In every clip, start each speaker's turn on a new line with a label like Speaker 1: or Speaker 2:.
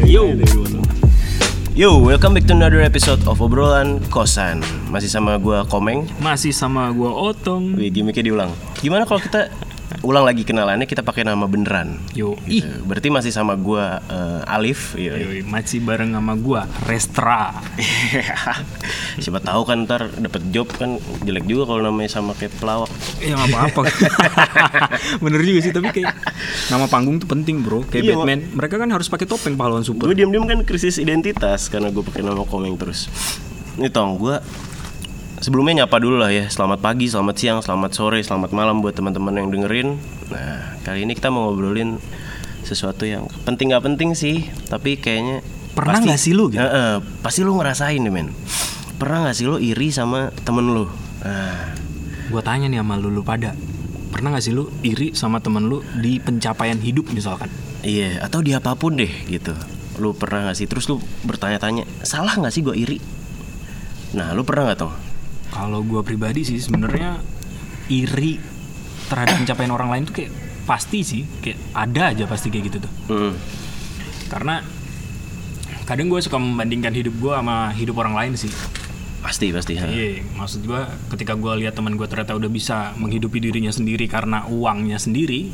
Speaker 1: Iya,
Speaker 2: Yo, welcome back to another episode of obrolan kosan. Masih sama gua Komeng.
Speaker 1: Masih sama gua Otong.
Speaker 2: Wih, gimmicknya diulang. Gimana kalau kita ulang lagi kenalannya kita pakai nama beneran?
Speaker 1: Yo, ih.
Speaker 2: Gitu. Berarti masih sama gua eh, Alif. Iya.
Speaker 1: Yoi, masih bareng sama gua Restra.
Speaker 2: Siapa tahu kan ntar dapet job kan jelek juga kalau namanya sama kayak pelawak.
Speaker 1: Ya nggak apa-apa. Bener juga sih, tapi kayak nama panggung tuh penting, Bro. Kayak
Speaker 2: Iya,
Speaker 1: Batman, mereka kan harus pakai topeng pahlawan super.
Speaker 2: Gue diam-diam kan krisis identitas karena gue pakai nama Komeng terus. Nih tong, gue sebelumnya nyapa dulu lah ya. Selamat pagi, selamat siang, selamat sore, selamat malam buat teman-teman yang dengerin. Nah, kali ini kita mau ngobrolin sesuatu yang penting gak penting sih, tapi kayaknya
Speaker 1: Pernah nggak sih lu gitu?
Speaker 2: Heeh, pasti lu ngerasain deh, men. Pernah gak sih lu iri sama temen lu? Nah,
Speaker 1: Gua tanya nih sama lu, lu pada. Pernah gak sih lu iri sama temen lu di pencapaian hidup misalkan?
Speaker 2: Iya, atau di apapun deh gitu. Lu pernah gak sih? Terus lu bertanya-tanya, salah gak sih gue iri? Nah, lu pernah gak tau?
Speaker 1: Kalau gua pribadi sih sebenarnya iri terhadap pencapaian orang lain tuh kayak pasti sih, kayak ada aja pasti kayak gitu tuh. Karena kadang gue suka membandingkan hidup gua sama hidup orang lain sih.
Speaker 2: Pasti, pasti. ha.
Speaker 1: Iya, maksud gua ketika gua lihat teman gua ternyata udah bisa menghidupi dirinya sendiri karena uangnya sendiri,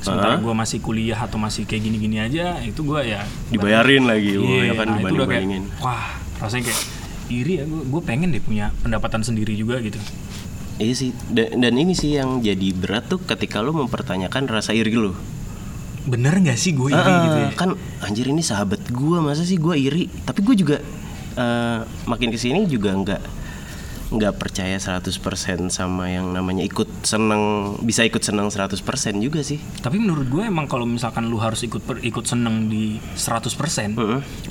Speaker 1: sementara gua masih kuliah atau masih kayak gini-gini aja, itu gua ya.
Speaker 2: Dibayarin lagi,
Speaker 1: Iya,
Speaker 2: woy, ya
Speaker 1: nah, itu
Speaker 2: kan
Speaker 1: udah kayak,
Speaker 2: dibanding-bandingin.
Speaker 1: wah rasanya kayak iri ya, gue pengen deh punya pendapatan sendiri juga gitu.
Speaker 2: Iya sih. Da- Dan, ini sih yang jadi berat tuh ketika lu mempertanyakan rasa iri lu.
Speaker 1: Bener nggak sih gue iri
Speaker 2: Ah,
Speaker 1: gitu ya?
Speaker 2: Kan anjir ini sahabat gua, masa sih gua iri? Tapi gua juga eh, makin kesini juga nggak nggak percaya 100% sama yang namanya ikut seneng bisa ikut seneng 100% juga sih.
Speaker 1: Tapi menurut gue emang kalau misalkan lu harus ikut per- ikut seneng di 100%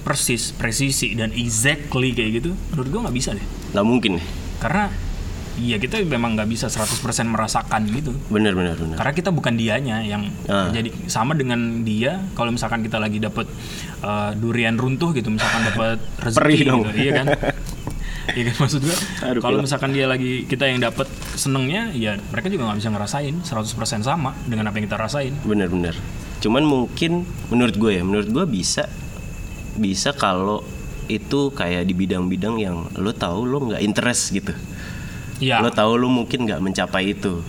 Speaker 1: persis, presisi dan exactly kayak gitu, menurut gue nggak bisa deh.
Speaker 2: nggak mungkin
Speaker 1: Karena ya kita memang nggak bisa 100% merasakan gitu.
Speaker 2: bener bener bener
Speaker 1: Karena kita bukan dianya yang
Speaker 2: Ah.
Speaker 1: jadi sama dengan dia kalau misalkan kita lagi dapat durian runtuh gitu misalkan dapat rezeki
Speaker 2: Perih dong.
Speaker 1: gitu, iya kan? Iya kan maksud gue
Speaker 2: Aduh,
Speaker 1: kalau
Speaker 2: gila.
Speaker 1: misalkan dia lagi kita yang dapat senengnya ya mereka juga nggak bisa ngerasain 100% sama dengan apa yang kita rasain.
Speaker 2: bener bener cuman mungkin menurut gue ya menurut gue bisa bisa kalau itu kayak di bidang-bidang yang lo tahu lo nggak interest gitu
Speaker 1: Iya.
Speaker 2: lo tahu lo mungkin nggak mencapai itu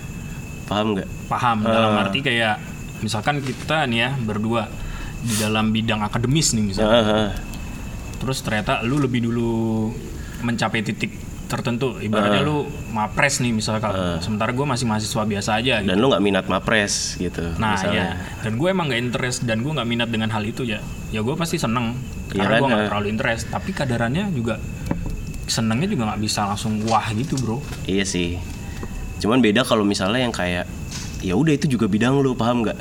Speaker 2: paham nggak
Speaker 1: paham dalam arti kayak misalkan kita nih ya berdua di dalam bidang akademis nih misalnya
Speaker 2: Ah, ah.
Speaker 1: terus ternyata lu lebih dulu mencapai titik tertentu ibaratnya lu mapres nih misalkan sementara gue masih mahasiswa biasa aja gitu.
Speaker 2: dan lo nggak minat mapres gitu
Speaker 1: nah ya
Speaker 2: misalnya
Speaker 1: dan gue emang nggak interest dan gue nggak minat dengan hal itu ya ya gue pasti seneng
Speaker 2: Iya
Speaker 1: karena
Speaker 2: kan,
Speaker 1: gue nggak
Speaker 2: eh.
Speaker 1: terlalu interest tapi kadarannya juga senengnya juga nggak bisa langsung wah gitu bro
Speaker 2: iya sih cuman beda kalau misalnya yang kayak ya udah itu juga bidang lo paham nggak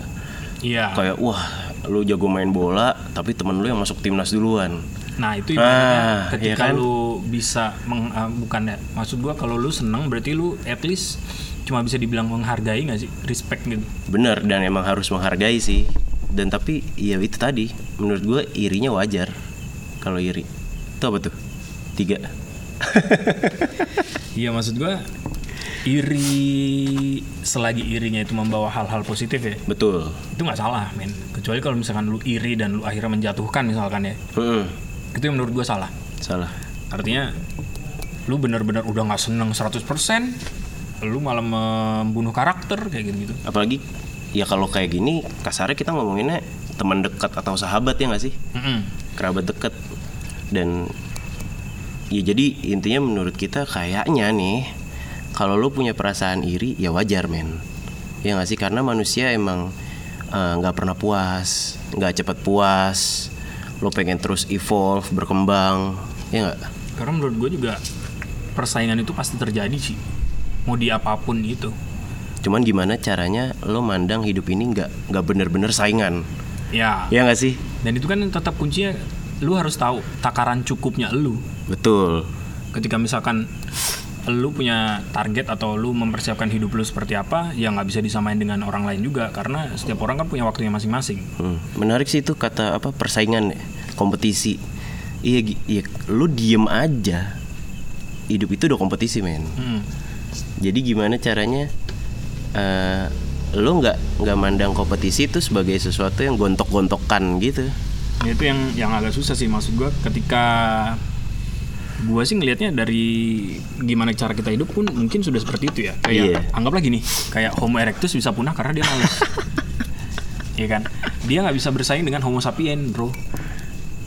Speaker 1: iya
Speaker 2: kayak wah lo jago main bola tapi temen lo yang masuk timnas duluan
Speaker 1: Nah itu
Speaker 2: Ah,
Speaker 1: ibaratnya
Speaker 2: iya
Speaker 1: ketika
Speaker 2: kan?
Speaker 1: lu bisa meng, ah, bukan ya maksud gua kalau lu seneng berarti lu at least cuma bisa dibilang menghargai nggak sih respect gitu.
Speaker 2: Bener dan emang harus menghargai sih. Dan tapi ya itu tadi menurut gue irinya wajar kalau iri. Itu apa tuh? Tiga.
Speaker 1: Iya maksud gua iri selagi irinya itu membawa hal-hal positif ya
Speaker 2: Betul.
Speaker 1: itu nggak salah men kecuali kalau misalkan lu iri dan lu akhirnya menjatuhkan misalkan ya
Speaker 2: Mm-mm.
Speaker 1: itu yang menurut gua salah
Speaker 2: Salah.
Speaker 1: artinya lu bener-bener udah nggak seneng 100% lu malah membunuh karakter kayak gitu gitu
Speaker 2: Apalagi ya kalau kayak gini kasarnya kita ngomonginnya teman dekat atau sahabat ya nggak sih? Kerabat dekat dan ya jadi intinya menurut kita kayaknya nih kalau lu punya perasaan iri ya wajar men ya nggak sih karena manusia emang eh, nggak pernah puas nggak cepat puas lo pengen terus evolve berkembang ya nggak
Speaker 1: Karena menurut gue juga persaingan itu pasti terjadi sih. Mau di apapun gitu. itu.
Speaker 2: cuman gimana caranya lo mandang hidup ini nggak nggak bener-bener saingan
Speaker 1: Ya.
Speaker 2: ya nggak sih
Speaker 1: Dan itu kan tetap kuncinya lu harus tahu takaran cukupnya lu.
Speaker 2: betul
Speaker 1: Ketika misalkan lu punya target atau lu mempersiapkan hidup lu seperti apa, ya nggak bisa disamain dengan orang lain juga karena setiap orang kan punya waktunya masing-masing.
Speaker 2: Hmm, menarik sih itu kata apa persaingan ya, kompetisi. Iya, Gi. iya, lu diem aja. Hidup itu udah kompetisi men.
Speaker 1: Hmm.
Speaker 2: Jadi gimana caranya eh lu nggak nggak mandang kompetisi itu sebagai sesuatu yang gontok-gontokan gitu.
Speaker 1: Ya, itu yang yang agak susah sih maksud gua ketika gua sih ngelihatnya dari gimana cara kita hidup pun mungkin sudah seperti itu ya kayak
Speaker 2: Iya.
Speaker 1: anggaplah gini kayak Homo erectus bisa punah karena dia males Iya kan dia nggak bisa bersaing dengan Homo sapien bro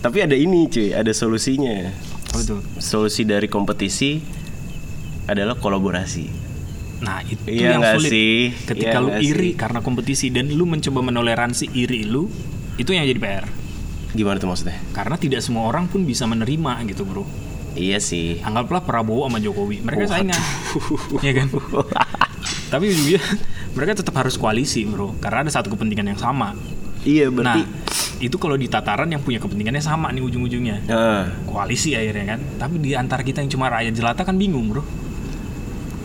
Speaker 2: Tapi ada ini cuy, ada solusinya.
Speaker 1: Apa tuh?
Speaker 2: Solusi dari kompetisi adalah kolaborasi.
Speaker 1: Nah itu
Speaker 2: Iya
Speaker 1: yang
Speaker 2: nggak
Speaker 1: sulit
Speaker 2: sih?
Speaker 1: ketika
Speaker 2: Iya
Speaker 1: lu
Speaker 2: nggak
Speaker 1: iri karena kompetisi dan lu mencoba menoleransi iri lu itu yang jadi PR
Speaker 2: Gimana tuh maksudnya?
Speaker 1: karena tidak semua orang pun bisa menerima gitu bro
Speaker 2: Iya sih.
Speaker 1: anggaplah Prabowo sama Jokowi mereka saingan Iya kan tapi juga mereka tetap harus koalisi bro karena ada satu kepentingan yang sama
Speaker 2: Iya
Speaker 1: nah
Speaker 2: berarti.
Speaker 1: itu kalau di tataran yang punya kepentingannya sama nih ujung-ujungnya
Speaker 2: Nah,
Speaker 1: koalisi akhirnya kan tapi di antara kita yang cuma rakyat jelata kan bingung bro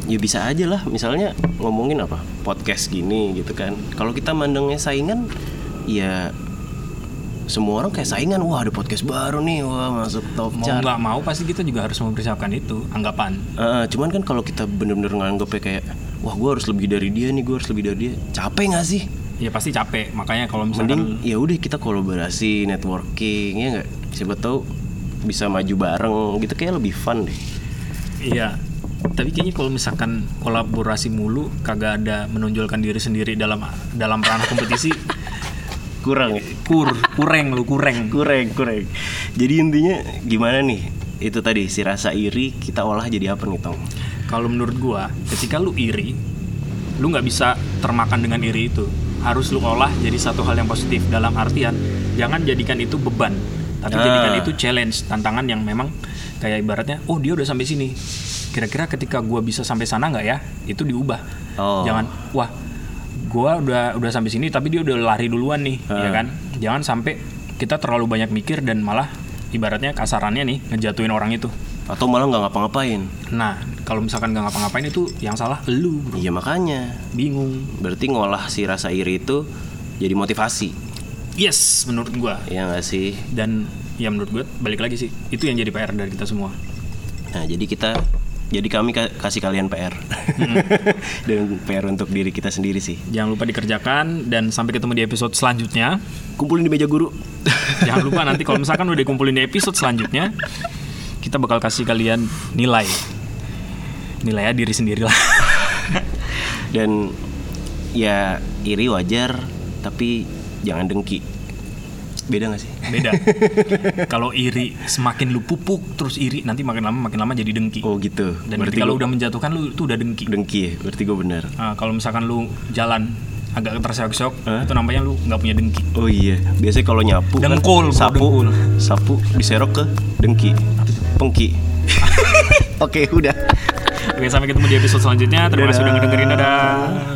Speaker 2: ya bisa aja lah. Misalnya ngomongin apa podcast gini gitu kan. Kalau kita mandangnya saingan, ya semua orang kayak saingan. Wah ada podcast baru nih, wah masuk top
Speaker 1: mau
Speaker 2: chart.
Speaker 1: nggak mau pasti kita juga harus mempersiapkan itu anggapan
Speaker 2: Eh, cuman kan kalau kita bener-bener nganggepnya kayak wah gue harus lebih dari dia nih gue harus lebih dari dia capek nggak sih
Speaker 1: ya pasti capek makanya kalau misalkan
Speaker 2: mending ya udah kita kolaborasi networking ya nggak siapa tahu bisa maju bareng gitu kayak lebih fun deh
Speaker 1: Iya. Tapi kayaknya kalau misalkan kolaborasi mulu kagak ada menonjolkan diri sendiri dalam dalam ranah kompetisi
Speaker 2: kurang ya
Speaker 1: kur kureng lu kureng.
Speaker 2: kurang kurang jadi intinya gimana nih itu tadi si rasa iri kita olah jadi apa nih tong
Speaker 1: Kalau menurut gua, ketika lu iri, lu nggak bisa termakan dengan iri itu. Harus lu olah jadi satu hal yang positif dalam artian jangan jadikan itu beban, tapi
Speaker 2: Ah.
Speaker 1: jadikan itu challenge, tantangan yang memang kayak ibaratnya, oh dia udah sampai sini. Kira-kira ketika gua bisa sampai sana nggak ya? Itu diubah.
Speaker 2: oh
Speaker 1: jangan wah gua udah udah sampai sini tapi dia udah lari duluan nih
Speaker 2: Ah.
Speaker 1: ya kan jangan sampai kita terlalu banyak mikir dan malah ibaratnya kasarannya nih ngejatuhin orang itu
Speaker 2: atau malah nggak ngapa-ngapain
Speaker 1: nah kalau misalkan nggak ngapa-ngapain itu yang salah lu bro
Speaker 2: iya makanya
Speaker 1: bingung
Speaker 2: berarti ngolah si rasa iri itu jadi motivasi
Speaker 1: yes menurut gua
Speaker 2: ya nggak sih
Speaker 1: dan ya menurut gua balik lagi sih itu yang jadi PR dari kita semua
Speaker 2: Nah, jadi kita jadi kami ka- kasih kalian PR.
Speaker 1: Hmm.
Speaker 2: Dan PR untuk diri kita sendiri sih.
Speaker 1: jangan lupa dikerjakan dan sampai ketemu di episode selanjutnya
Speaker 2: Kumpulin di meja guru.
Speaker 1: jangan lupa nanti kalau misalkan udah dikumpulin di episode selanjutnya kita bakal kasih kalian nilai nilai ya diri sendiri lah
Speaker 2: Dan ya iri wajar, tapi jangan dengki. Beda gak sih?
Speaker 1: beda kalau iri semakin lu pupuk terus iri nanti makin lama makin lama jadi dengki
Speaker 2: Oh gitu.
Speaker 1: dan
Speaker 2: berarti
Speaker 1: ketika lu
Speaker 2: gua-
Speaker 1: udah menjatuhkan lu tuh udah dengki
Speaker 2: dengki ya. Berarti gue benar.
Speaker 1: Ah, kalau misalkan lu jalan agak terseok-seok itu namanya lu nggak punya dengki
Speaker 2: Oh iya. Biasanya kalau nyapu kan
Speaker 1: Dengkul, bro,
Speaker 2: sapu
Speaker 1: dengkul.
Speaker 2: sapu diserok ke dengki. Pengki. Oke, udah.
Speaker 1: oke sampai ketemu di episode selanjutnya terima kasih udah ngedengerin dadah